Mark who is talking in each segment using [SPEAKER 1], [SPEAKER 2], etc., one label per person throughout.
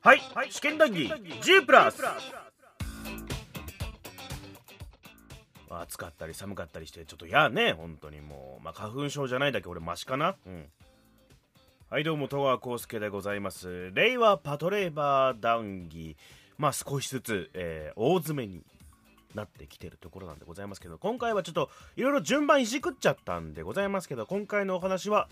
[SPEAKER 1] はい、試験談義 G プラス暑かったり寒かったりしてちょっとやね本当にもうまあ花粉症じゃないだけ俺マシかなうんはいどうも戸川浩介でございます令和パトレーバー談義まあ少しずつ、えー大詰めになってきてるところなんでございますけど今回はちょっといろいろ順番いじくっちゃったんでございますけど今回のお話は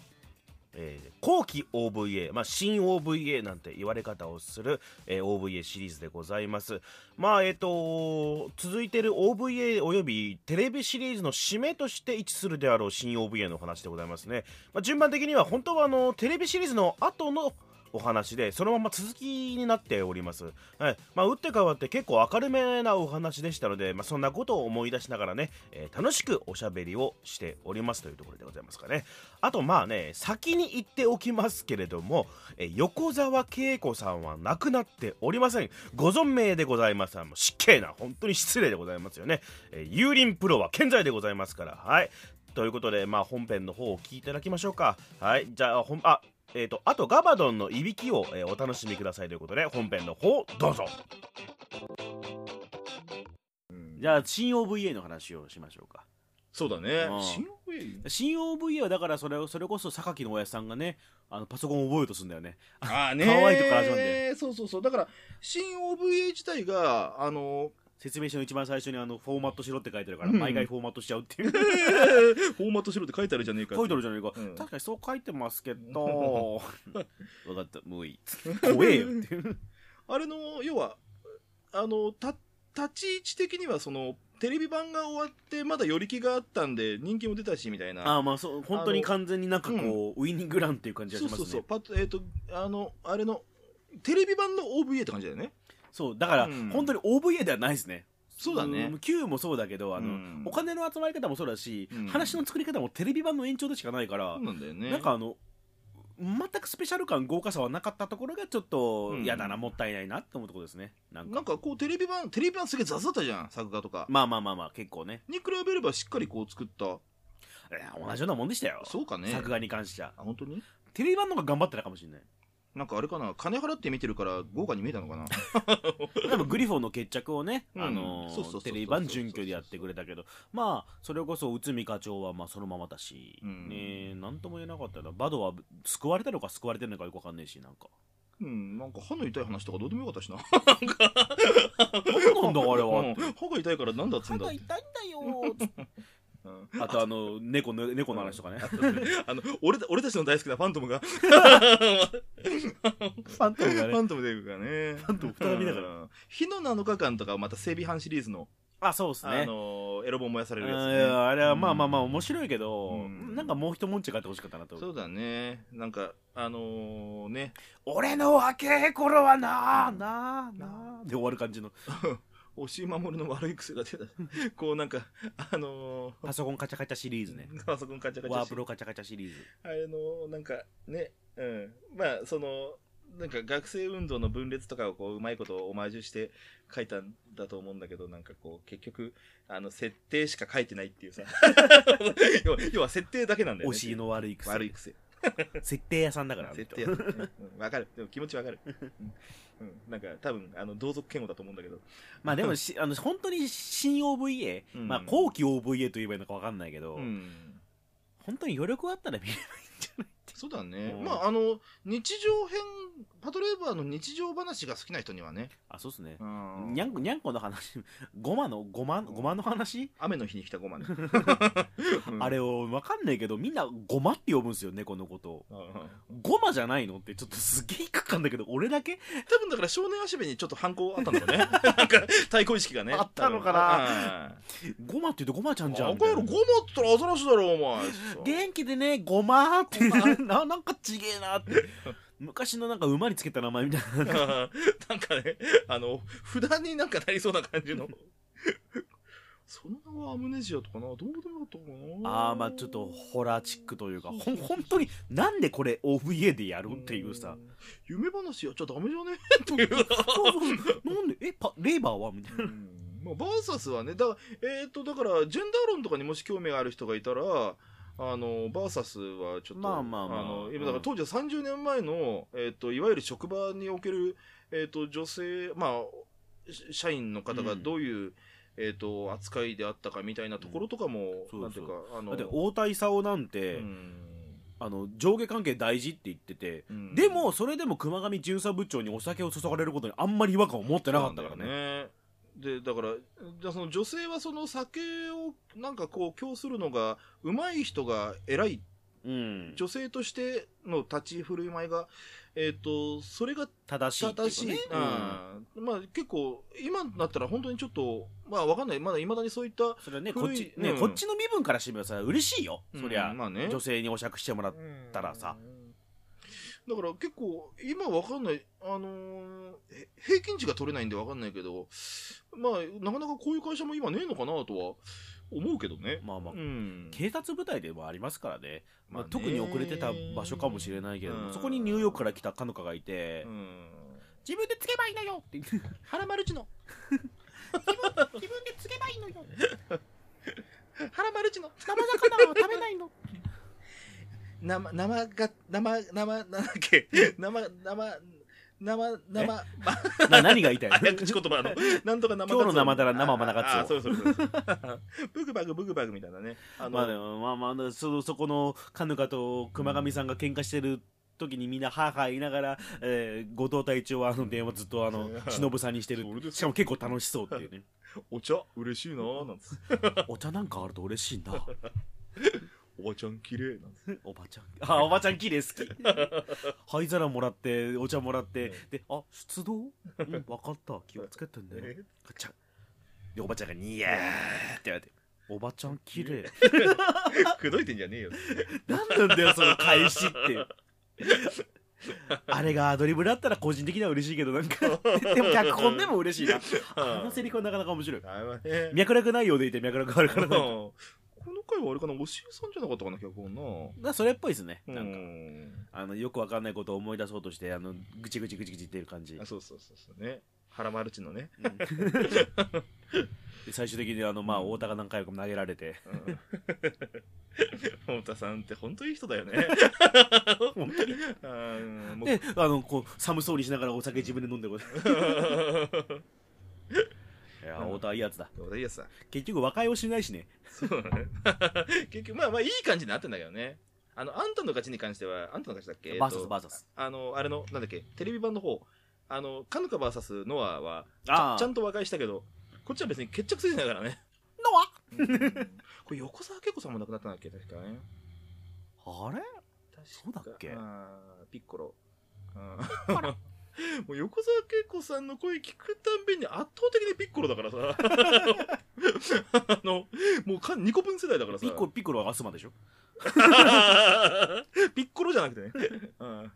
[SPEAKER 1] えー後期 OVA、まあ、新 OVA なんて言われ方をする、えー OVA シリーズでございます。まあ、えっ、と、続いてる OVA およびテレビシリーズの締めとして位置するであろう新 OVA のお話でございますね。まあ、順番的には本当はあのテレビシリーズの後のお話でそのまま続きになっております、はいまあ、打って変わって結構明るめなお話でしたので、まあ、そんなことを思い出しながらね、えー楽しくおしゃべりをしておりますというところでございますかねあとまあね先に言っておきますけれども、えー横澤恵子さんは亡くなっておりませんご存命でございますあの失敬な本当に失礼でございますよね、えー、油林プロは健在でございますからはいということで、まあ、本編の方をお聞きいただきましょうか。はい、じゃあ、ほん、あ、えっ、と、あとガバドンのいびきを、えーお楽しみくださいということで、本編の方、どうぞ。じゃあ、新 OVA の話をしましょうか。
[SPEAKER 2] そうだね
[SPEAKER 1] うん
[SPEAKER 2] 新大江
[SPEAKER 1] 新 OVA はだからそれを、それこそ榊の親さんがね、あのパソコンを覚えようとするんだよね。
[SPEAKER 2] ああね
[SPEAKER 1] 可愛いとこから始まるんで
[SPEAKER 2] そうそうそうだから新 OVA 自体があ の
[SPEAKER 1] 説明書の一番最初にあのフォーマットしろって書いてるから、
[SPEAKER 2] うん
[SPEAKER 1] 毎回フォーマットしちゃうって いう。
[SPEAKER 2] フォーマットしろって書いてあるじゃねえか
[SPEAKER 1] 書いてあるじゃないか、
[SPEAKER 2] うん
[SPEAKER 1] 確かにそう書いてますけ ど分かったもういい怖えよっていう
[SPEAKER 2] あれの要はあのた立ち位置的にはそのテレビ版が終わってまだ寄り気があったんで人気も出たしみたいな
[SPEAKER 1] ああまあそう本当に完全になんかこう、ウイニングランっていう感じがし
[SPEAKER 2] そう
[SPEAKER 1] ますね
[SPEAKER 2] そ
[SPEAKER 1] そうう
[SPEAKER 2] そうパッとえっ、とあのあれのテレビ版の OVA って感じだよね
[SPEAKER 1] だから、
[SPEAKER 2] うん
[SPEAKER 1] 本当に OVA ではないですね
[SPEAKER 2] そうだね
[SPEAKER 1] ん Q もそうだけどあの、
[SPEAKER 2] うん
[SPEAKER 1] お金の集まり方もそうだし、
[SPEAKER 2] うん
[SPEAKER 1] 話の作り方もテレビ版の延長でしかないから、
[SPEAKER 2] そうなんだよね
[SPEAKER 1] なんかあの全くスペシャル感豪華さはなかったところがちょっと
[SPEAKER 2] うん
[SPEAKER 1] 嫌だな、もったいないなって思うところですねなんか
[SPEAKER 2] なんかこうテレビ版テレビ版すげえ雑だったじゃん作画とか
[SPEAKER 1] まあまあまあまあ結構ね
[SPEAKER 2] に比べればしっかりこう作った
[SPEAKER 1] いや同じようなもんでしたよ、
[SPEAKER 2] そうかね
[SPEAKER 1] 作画に関しては
[SPEAKER 2] あ本当に
[SPEAKER 1] テレビ版の方が頑張ってたかもしれない
[SPEAKER 2] なんかあれかな金払って見てるから豪華に見えたのかな
[SPEAKER 1] 例えばグリフォンの決着をね、
[SPEAKER 2] うん
[SPEAKER 1] あの
[SPEAKER 2] そうそうそうそう
[SPEAKER 1] テレビ版準拠でやってくれたけどまあそれこそ内海課長はまあそのままだし、
[SPEAKER 2] うん
[SPEAKER 1] ねえなんとも言えなかったなバドは救われたのか救われてるのかよくわかんないしなんか
[SPEAKER 2] うんなんか歯の痛い話とかどうでもよかったしな
[SPEAKER 1] 何なんだあれは
[SPEAKER 2] うん歯が痛いからなんだっつうんだって
[SPEAKER 1] 痛いんだよ
[SPEAKER 2] うん
[SPEAKER 1] あとあの猫の猫の話とかね、
[SPEAKER 2] あの俺た俺たちの大好きなファント ムがフ
[SPEAKER 1] ファントムがね
[SPEAKER 2] ァントムデブがねフ
[SPEAKER 1] ァントム再びだから
[SPEAKER 2] 火の7日間とかまた整備班シリーズの、
[SPEAKER 1] あそうです
[SPEAKER 2] あ
[SPEAKER 1] ね
[SPEAKER 2] のーエロ本燃やさ
[SPEAKER 1] う
[SPEAKER 2] れ
[SPEAKER 1] ん
[SPEAKER 2] る
[SPEAKER 1] い
[SPEAKER 2] やつね
[SPEAKER 1] やあれはまあまあまあ面白いけど、
[SPEAKER 2] うん
[SPEAKER 1] なんかもう一文字書いてほしかったなと
[SPEAKER 2] そうだねなんかあのーね
[SPEAKER 1] 俺の若え頃はなあなあなあで終わる感じの
[SPEAKER 2] 押井守の悪い癖が 出たこうなんかあの
[SPEAKER 1] パソコンカチャカチャシリーズね
[SPEAKER 2] ー、パソコンカチャカチャ
[SPEAKER 1] ワー
[SPEAKER 2] し
[SPEAKER 1] プロカチャカチャシリーズ
[SPEAKER 2] あれのなんかねうんまあそのなんか学生運動の分裂とかをこううまいことをオマージュして書いたんだと思うんだけどなんかこう結局あの設定しか書いてないってい うさ要は要は設定だけなんだよ
[SPEAKER 1] お
[SPEAKER 2] ね
[SPEAKER 1] 尻の悪い癖
[SPEAKER 2] 悪い癖
[SPEAKER 1] 設定屋さんだから
[SPEAKER 2] 設定やったねうんわかるでも気持ちわかる、うんうんなんか多分あの同族嫌悪だと思うんだけど
[SPEAKER 1] まあでもしあの本当に新 OVA、
[SPEAKER 2] うん
[SPEAKER 1] まあ、後期 OVA と言えばいいのか分かんないけど、
[SPEAKER 2] うん
[SPEAKER 1] 本当に余力があったら見ればいいんじゃない
[SPEAKER 2] そうだね、
[SPEAKER 1] うん
[SPEAKER 2] まああの日常編パトレーバーの日常話が好きな人にはね、
[SPEAKER 1] あそうっすね
[SPEAKER 2] うん
[SPEAKER 1] にゃんこにゃんこの話ゴマのゴマゴマの話、
[SPEAKER 2] 雨の日に来たご まね、
[SPEAKER 1] あれを分かんないけどみんなゴマって呼ぶんですよ猫のことを
[SPEAKER 2] うん
[SPEAKER 1] ゴマじゃないのってちょっとすげえ引っかかんだけど俺だけ
[SPEAKER 2] 多分だから少年足部にちょっと反抗あったん だろうねなんか対抗意識がね
[SPEAKER 1] あったのかな
[SPEAKER 2] うん
[SPEAKER 1] ゴマって言うとゴマちゃんじゃん
[SPEAKER 2] あ
[SPEAKER 1] みたい
[SPEAKER 2] か
[SPEAKER 1] な
[SPEAKER 2] やろゴマっつったらアザラシだろお前
[SPEAKER 1] 元気でねごまーって
[SPEAKER 2] ごま
[SPEAKER 1] ななんかちげえなって昔のなんか馬につけた名前みたいな
[SPEAKER 2] なんかねあの札になんかなりそうな感じのその名はアムネジアとかなどうでもよかったかな
[SPEAKER 1] あーまあちょっとホラーチックと いうかほん本当になんでこれ OVA でやるっていう さ
[SPEAKER 2] ん夢話やっちゃダメじゃね っていう
[SPEAKER 1] そうそうなんでえパレーバーはみたいな
[SPEAKER 2] まあ、バーサスはねだ,、えー、とだからジェンダー論とかにもし興味がある人がいたらあのバーサスはちょっと、
[SPEAKER 1] まあまあまあ
[SPEAKER 2] の
[SPEAKER 1] うん
[SPEAKER 2] 今だから当時は30年前の、えっといわゆる職場における、えっと女性、まあ、し社員の方が
[SPEAKER 1] うん
[SPEAKER 2] どういう、えっと扱いであったかみたいなところとかも、
[SPEAKER 1] うん
[SPEAKER 2] なんていうか
[SPEAKER 1] そ
[SPEAKER 2] あ
[SPEAKER 1] だ
[SPEAKER 2] の
[SPEAKER 1] って太田勲なんて、
[SPEAKER 2] うん
[SPEAKER 1] あの上下関係大事って言ってて、
[SPEAKER 2] うん
[SPEAKER 1] でもそれでも熊上巡査部長にお酒を注がれることにあんまり違和感を持ってなかったからね
[SPEAKER 2] でだからじゃあその女性はその酒をなんかこう供するのが上手い人が偉い
[SPEAKER 1] うん
[SPEAKER 2] 女性としての立ち振る舞いが、えっとそれが
[SPEAKER 1] 正しいっていうか
[SPEAKER 2] 正しい
[SPEAKER 1] ね、
[SPEAKER 2] うんまあ結構今だったら本当にちょっとまあわかんないまだいまだにそういった
[SPEAKER 1] うんそれはねこっ
[SPEAKER 2] 古い
[SPEAKER 1] ち、ね
[SPEAKER 2] うん
[SPEAKER 1] こっちの身分からしてみればさ嬉しいよ、そりゃ、
[SPEAKER 2] うんまあね
[SPEAKER 1] 女性にお酌してもらって、たらさ
[SPEAKER 2] だから結構今わかんないあのーへ平均値が取れないんでわかんないけどまあなかなかこういう会社も今ねえのかなとは思うけどね
[SPEAKER 1] まあまあ、
[SPEAKER 2] うん
[SPEAKER 1] 警察部隊でもありますからね,、ま
[SPEAKER 2] ま
[SPEAKER 1] あ、
[SPEAKER 2] あね
[SPEAKER 1] 特に遅れてた場所かもしれないけれども、
[SPEAKER 2] うん
[SPEAKER 1] そこにニューヨークから来たかのかがいて、
[SPEAKER 2] うん
[SPEAKER 1] 自分でつけばいいのよって言って
[SPEAKER 3] 原マルチ の自分自分でつけばいいのよ
[SPEAKER 2] 原マルチの
[SPEAKER 3] 生魚は食べないの
[SPEAKER 2] 生生が生生なんだっけ生生生生
[SPEAKER 1] な何が言いたいの
[SPEAKER 2] 早口言葉の、なんとか生
[SPEAKER 1] 今日の生だら生マナ
[SPEAKER 2] あ
[SPEAKER 1] カ
[SPEAKER 2] あ
[SPEAKER 1] ツ
[SPEAKER 2] そ
[SPEAKER 1] オ
[SPEAKER 2] うそうそうそう。ブグバグブグバグみたいなね。あの、
[SPEAKER 1] まあでもまあまあそそこのカヌカと熊上さんが喧嘩してる時にみんなハーハー言いながら、えー後藤隊長はあの電話ずっとあ の忍さんにしてる
[SPEAKER 2] それですよ
[SPEAKER 1] しかも結構楽しそうっていうね
[SPEAKER 2] お茶嬉しいなーなんつって
[SPEAKER 1] お茶なんかあると嬉しいな
[SPEAKER 2] おばちゃん綺麗なんつって
[SPEAKER 1] おばちゃんあおばちゃん綺麗好き灰皿もらってお茶もらってであ出動うん分かった気をつけてんだよ
[SPEAKER 2] え
[SPEAKER 1] ガチャでおばちゃんがニヤーって言われておばちゃん綺麗
[SPEAKER 2] くどいてんじゃねえよ。
[SPEAKER 1] なんなんだよ、その返しって。あれがアドリブだったら個人的には嬉しいけど、なんか、 でも脚本でも嬉しいな。あのセリフはなかなか面白い。
[SPEAKER 2] あれはね。
[SPEAKER 1] 脈絡ないようでいて脈絡があるか
[SPEAKER 2] う
[SPEAKER 1] らなん
[SPEAKER 2] ん
[SPEAKER 1] か
[SPEAKER 2] この回はあれかな、おしえさんじゃなかったかな、脚本な。
[SPEAKER 1] まあそれっぽいですね。
[SPEAKER 2] うん
[SPEAKER 1] なんか、あの、よくわかんないことを思い出そうとして、あの、ぐちぐちぐちぐち言ってる感じ
[SPEAKER 2] あ。そうそうそうそうね。原マルチのね。
[SPEAKER 1] うんで最終的にあの、まあ、太田が何回も投げられて、
[SPEAKER 2] うん本田さんって本当いい人だよね。
[SPEAKER 1] 本当に。
[SPEAKER 2] うんもう
[SPEAKER 1] で、あの、こう、寒そうにしながらお酒自分で飲んでこういや、太田はいいやつだ。
[SPEAKER 2] どうだいいやつだ。
[SPEAKER 1] 結局和解をしないしね。
[SPEAKER 2] そうだね。 結局、まあまあいい感じになってんだけどね。あの、あんたの勝ちに関しては、あんたの勝ちだっけ
[SPEAKER 1] バーサス、
[SPEAKER 2] えっ
[SPEAKER 1] バーサス。
[SPEAKER 2] とあの、あれの、なんだっけ、テレビ版の方、あの、カヌカ VS ノアはち
[SPEAKER 1] あ
[SPEAKER 2] ゃ
[SPEAKER 1] あ、
[SPEAKER 2] ちゃんと和解したけど、こっちは別に決着ついてないか らね。
[SPEAKER 3] のは
[SPEAKER 2] うんこれ横澤恵子さんも亡くなったんだっけ、確かね。
[SPEAKER 1] あれそうだ
[SPEAKER 2] 確か
[SPEAKER 1] っけ
[SPEAKER 2] あーピッコロ。うん もう横澤恵子さんの声聞くたんびに圧倒的にピッコロ だからさ。あの、もうか2個分世代だからさ。
[SPEAKER 1] ピッコロ、ピッコロはアスマでしょ
[SPEAKER 2] ピッコロじゃなくてね。うんあ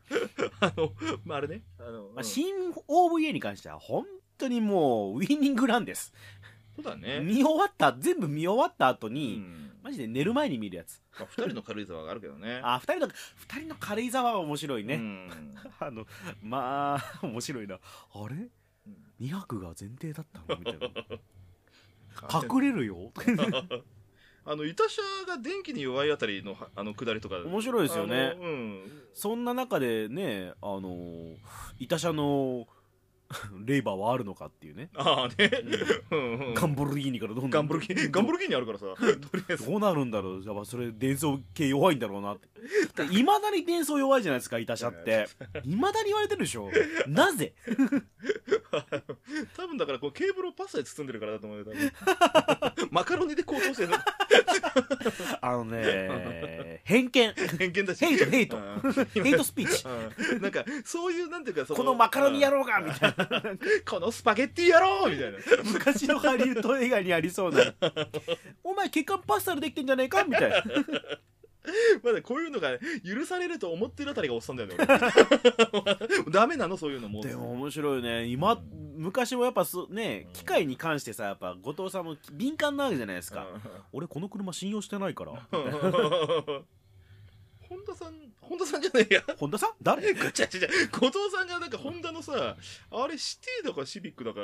[SPEAKER 2] の、まあ、あれね。あの、
[SPEAKER 1] ま
[SPEAKER 2] う
[SPEAKER 1] あ、
[SPEAKER 2] ん
[SPEAKER 1] 新 OVA に関しては本当にもうウィニングランです
[SPEAKER 2] そうだね。
[SPEAKER 1] 見終わった全部見終わった後
[SPEAKER 2] う
[SPEAKER 1] に、
[SPEAKER 2] んま
[SPEAKER 1] マジで寝る前に見るやつ
[SPEAKER 2] あ、二人の軽井沢があるけどね。
[SPEAKER 1] あ二人の二人の軽井沢は面白いね、
[SPEAKER 2] うん
[SPEAKER 1] あのまあ面白いなあれ2泊が前提だったのみたい な隠れるよ
[SPEAKER 2] あの、いたしゃが電気に弱いあたりの、はあの、下りとか。
[SPEAKER 1] 面白いですよね
[SPEAKER 2] あのうん。
[SPEAKER 1] そんな中でねあのいたしゃのレイバーはあるのかっていうね
[SPEAKER 2] ああね。うんうん
[SPEAKER 1] ガンボルギーニからどんどん
[SPEAKER 2] ガンブルキン、ガンブルキンにあるからさ。 とりあえず。
[SPEAKER 1] どうなるんだろうやっぱそれ伝送系弱いんだろうなっていまだに伝送弱いじゃないですかいたしゃっていまだに言われてるでしょなぜ
[SPEAKER 2] 多分だから、こう、ケーブルをパスタで包んでるからだと思うよ、多分 マカロニでこう通してる。
[SPEAKER 1] あのね偏見
[SPEAKER 2] 偏見だし。
[SPEAKER 1] ヘイトヘイト
[SPEAKER 2] うん
[SPEAKER 1] ヘイトスピーチ
[SPEAKER 2] うんなんか、そういう、なんていうか、そ
[SPEAKER 1] このマカロニ野
[SPEAKER 2] ろ
[SPEAKER 1] 郎がみたいな
[SPEAKER 2] このスパゲッティ野郎みたいな。
[SPEAKER 1] 昔のハリウッド映画にありそうなお前血管パスタでできてんじゃねえかみたいな
[SPEAKER 2] まだこういうのがね許されると思ってるあたりがおっさんだよね。俺 ダメなのそういうのもう。
[SPEAKER 1] でも面白いね今昔もやっぱそね機械に関してさやっぱ後藤さんも敏感なわけじゃないですか俺この車信用してないから
[SPEAKER 2] うん。本田さん、本田さんじゃないや。
[SPEAKER 1] 本田さん誰
[SPEAKER 2] 違う違う違う後藤さんがなんかホンダのさ、あれシティだかシビックだか、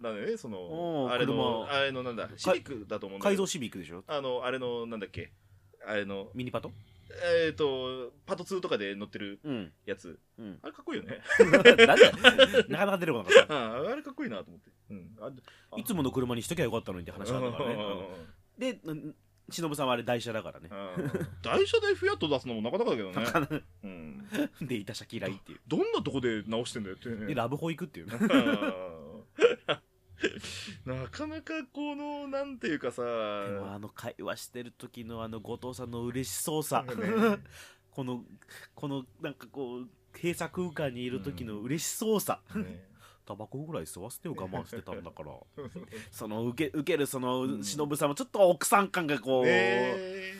[SPEAKER 2] だね、そ
[SPEAKER 1] お
[SPEAKER 2] の、
[SPEAKER 1] ー
[SPEAKER 2] あれの、
[SPEAKER 1] 車
[SPEAKER 2] あれのなんだ、シビックだと思うんだ
[SPEAKER 1] 改
[SPEAKER 2] けど
[SPEAKER 1] 造シビックでしょ
[SPEAKER 2] あの、あれのなんだっけ、あれの、
[SPEAKER 1] ミニパト
[SPEAKER 2] えっ、と、パート2とかで乗ってる
[SPEAKER 1] うん。
[SPEAKER 2] やつ。
[SPEAKER 1] うん。
[SPEAKER 2] あれかっこいい よね。
[SPEAKER 1] なんで なかなか出てこなかっ
[SPEAKER 2] ああれかっこいいなと思って。うん。あ
[SPEAKER 1] た。いつもの車にしときゃよかったのにって話があったからね。 うんで、うん忍さんはあれ台車だからね。
[SPEAKER 2] うん台車でフィアット出すのもなかなかだけどね。うん。
[SPEAKER 1] で、いた車嫌いっていう。
[SPEAKER 2] どんなとこで直してんだよってね
[SPEAKER 1] で、ラブホ行くっていうね。
[SPEAKER 2] うん なかなかこの、なんていうかさ、
[SPEAKER 1] でもあの会話してる時のあの後藤さんの嬉しそうさ、
[SPEAKER 2] ね
[SPEAKER 1] このこのなんかこう閉鎖空間にいる時の嬉しそうさ、
[SPEAKER 2] ね
[SPEAKER 1] タバコぐらい吸わせてよ我慢してたんだからその受け受けるその忍さんもちょっと奥さん感がこう、
[SPEAKER 2] え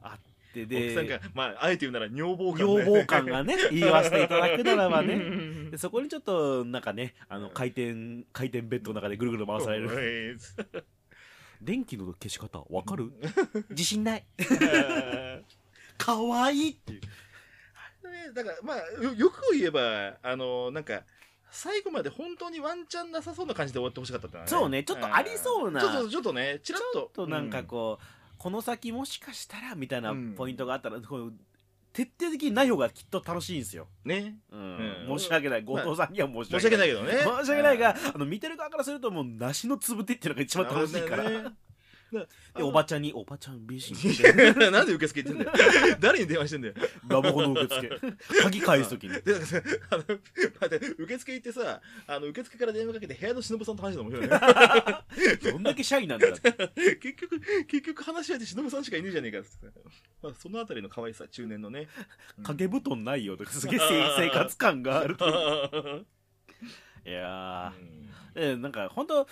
[SPEAKER 1] あって
[SPEAKER 2] ー、奥さん
[SPEAKER 1] で
[SPEAKER 2] が、まあ、あえて言うなら女房感、ね。
[SPEAKER 1] 要望感が ね言わせていただくならば
[SPEAKER 2] う
[SPEAKER 1] ね
[SPEAKER 2] ん
[SPEAKER 1] でそこにちょっとなんかねあの回転回転ベッドの中でぐるぐる回される
[SPEAKER 2] る。
[SPEAKER 1] 電気の消し方わかる自信 ないかわいいっていう
[SPEAKER 2] ね、だから、まあ、よよく言えば、あの、なんか、最後まで本当にワンチャンなさそうな感じで終わってほしかったんだね。
[SPEAKER 1] そうねちょっとありそうなん
[SPEAKER 2] ちょっと、ちょっとね、ちらっ
[SPEAKER 1] ち
[SPEAKER 2] と。
[SPEAKER 1] ょっとなんかこう、この先もしかしたらみたいな
[SPEAKER 2] うん
[SPEAKER 1] ポイントがあったら、こう徹底的にない方がきっと楽しいんですよ、
[SPEAKER 2] うん。ね。
[SPEAKER 1] うん
[SPEAKER 2] うん
[SPEAKER 1] 申し訳ない後藤さんには申し
[SPEAKER 2] 申し
[SPEAKER 1] 訳
[SPEAKER 2] 訳
[SPEAKER 1] な
[SPEAKER 2] ないいけどね。
[SPEAKER 1] 申し訳ないが、あの見てる側からするともう梨のつぶてっていうのが一番楽しいから、
[SPEAKER 2] なるほどね
[SPEAKER 1] でおばちゃんに「おばちゃん美人」
[SPEAKER 2] いや なんで受付行ってんだよ。誰に電話してんだよ。
[SPEAKER 1] ラブホの受付鍵返す時に
[SPEAKER 2] で、なんかさ、あの、待って、受付行ってさ、あの、受付から電話かけて部屋の忍さんと話してたの面 白いね。
[SPEAKER 1] どんだけシャイなんだって
[SPEAKER 2] 結局、結局話し合って忍さんしかいねえじゃねえかっつって。まあ、そのあたりの可愛さ、中年のね。
[SPEAKER 1] 掛け布団ないよとかすげえ生生活感があるといやー、
[SPEAKER 2] うん
[SPEAKER 1] えーなんか本当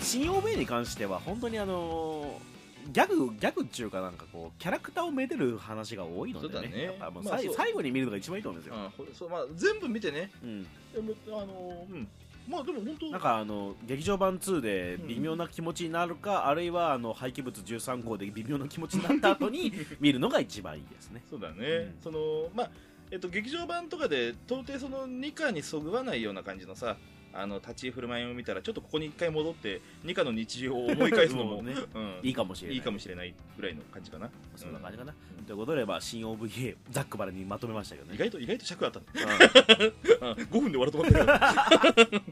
[SPEAKER 1] 新欧米に関しては本当にあのーギャグギャグっていうかなんかこうキャラクターをめでる話が多いので
[SPEAKER 2] そう
[SPEAKER 1] ね
[SPEAKER 2] だね
[SPEAKER 1] やっぱもう
[SPEAKER 2] まあ
[SPEAKER 1] さい
[SPEAKER 2] そう
[SPEAKER 1] 最後に見るのが一番いいと思うんですよ、
[SPEAKER 2] あほそうまあ、全部見てね、
[SPEAKER 1] うん
[SPEAKER 2] でもあのーうん、まあでも本当
[SPEAKER 1] なんかあの劇場版2で微妙な気持ちになるか、あるいはあの廃棄物13号で微妙な気持ちになった後に見るのが一番いいですね
[SPEAKER 2] そうだね、
[SPEAKER 1] うん
[SPEAKER 2] そのまあえっと劇場版とかで到底その2課にそぐわないような感じのさあの立ち居振る舞いを見たらちょっとここに一回戻って2課の日常を思い返すの も
[SPEAKER 1] ね
[SPEAKER 2] うん
[SPEAKER 1] いいかもしれない
[SPEAKER 2] いいかもしれないぐらいの感じかな、
[SPEAKER 1] そんな感じかな、
[SPEAKER 2] うん
[SPEAKER 1] ということでまあ新 OVA ザックバラにまとめましたけど
[SPEAKER 2] 意
[SPEAKER 1] ね
[SPEAKER 2] 外と意外と尺あったね
[SPEAKER 1] うん
[SPEAKER 2] 5分で終わると思ったけど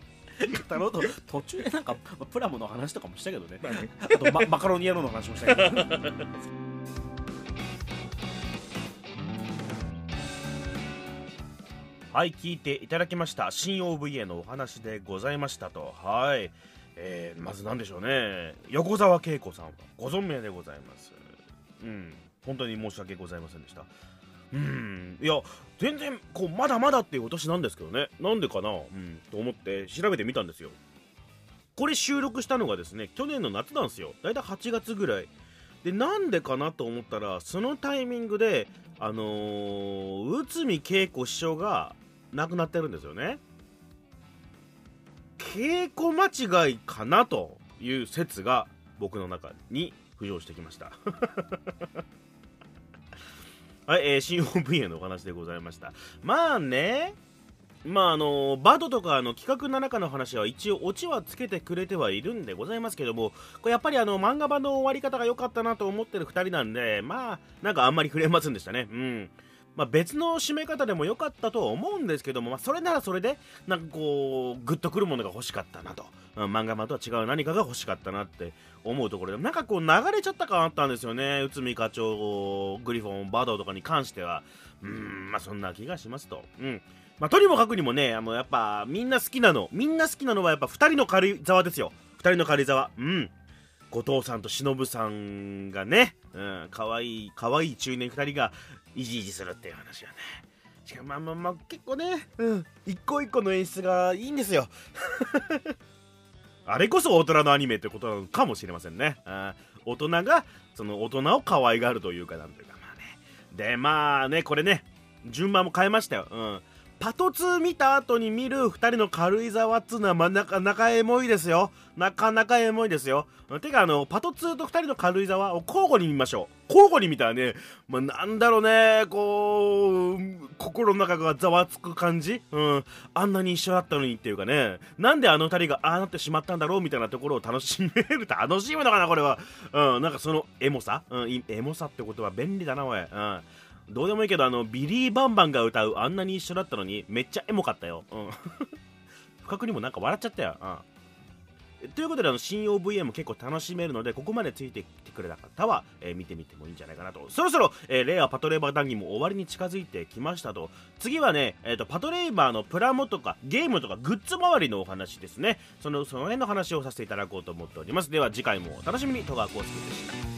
[SPEAKER 2] ま
[SPEAKER 1] 語ろうと途中でなんかプラモの話とかもしたけどね
[SPEAKER 2] あね
[SPEAKER 1] あと、ま、マカロニ野郎の話もしたけど はい聞いていただきました新 OVA のお話でございましたとはい、えーまず何でしょうね横澤恵子さんはご存命でございますうん本当に申し訳ございませんでしたうんいや全然こうまだまだっていうお年なんですけどねなんでかな、うん、と思って調べてみたんですよこれ収録したのがですね去年の夏なんですよだいたい8月ぐらいでなんでかなと思ったらそのタイミングであのー、内海恵子師匠が亡くなってるんですよね稽古間違いかなという説が僕の中に浮上してきました はい、えー、新 OVA のお話でございましたまあねまああのバドとかあの企画の中の話は一応オチはつけてくれてはいるんでございますけどもこれやっぱりあの漫画版の終わり方が良かったなと思ってる2人なんでまあなんかあんまり触れませんでしたねうんまあ別の締め方でも良かったとは思うんですけども、まあ、それならそれでなんかこうグッとくるものが欲しかったなと、うん漫画版とは違う何かが欲しかったなって思うところでなんかこう流れちゃった感あったんですよね内海課長グリフォンバドとかに関してはうんまあそんな気がしますとうんまあ、とにもかくにもね、あの、やっぱ、みんな好きなの、みんな好きなのはやっぱ、二人の軽井沢ですよ。二人の軽井沢。うん。後藤さんと忍さんがね、うん、可愛い可愛い中年二人が、いじいじするっていう話はね。しかも、まあまあまあ、結構ね、うん、一個一個の演出がいいんですよ。 あれこそ大人のアニメってことなのかもしれませんね。あー大人が、その大人を可愛がるというか、なんというか、まあね。で、まあね、これね、順番も変えましたよ。うん。パト2見た後に見る二人の軽井沢っつうのは、まあ、なかなかエモいですよなかなかエモいですよてかあのパト2と二人の軽井沢を交互に見ましょう交互に見たらね、まあ、なんだろうねこう心の中がざわつく感じうんあんなに一緒だったのにっていうかねなんであの二人がああなってしまったんだろうみたいなところを楽しめる 楽しむのかなこれはうんなんかそのエモさ、うん、いエモさってことは便利だなおいうんどうでもいいけどあのビリー・バンバンが歌うあんなに一緒だったのにめっちゃエモかったよ、うん、 不覚にもなんか笑っちゃったよ、うん、ということであの新 OVA も結構楽しめるのでここまでついてきてくれた方は、えー見てみてもいいんじゃないかなとそろそろ、えーレイアパトレーバー談義も終わりに近づいてきましたと次はね、えー、とパトレーバーのプラモとかゲームとかグッズ周りのお話ですねそのその辺の話をさせていただこうと思っておりますでは次回もお楽しみに戸川浩介でした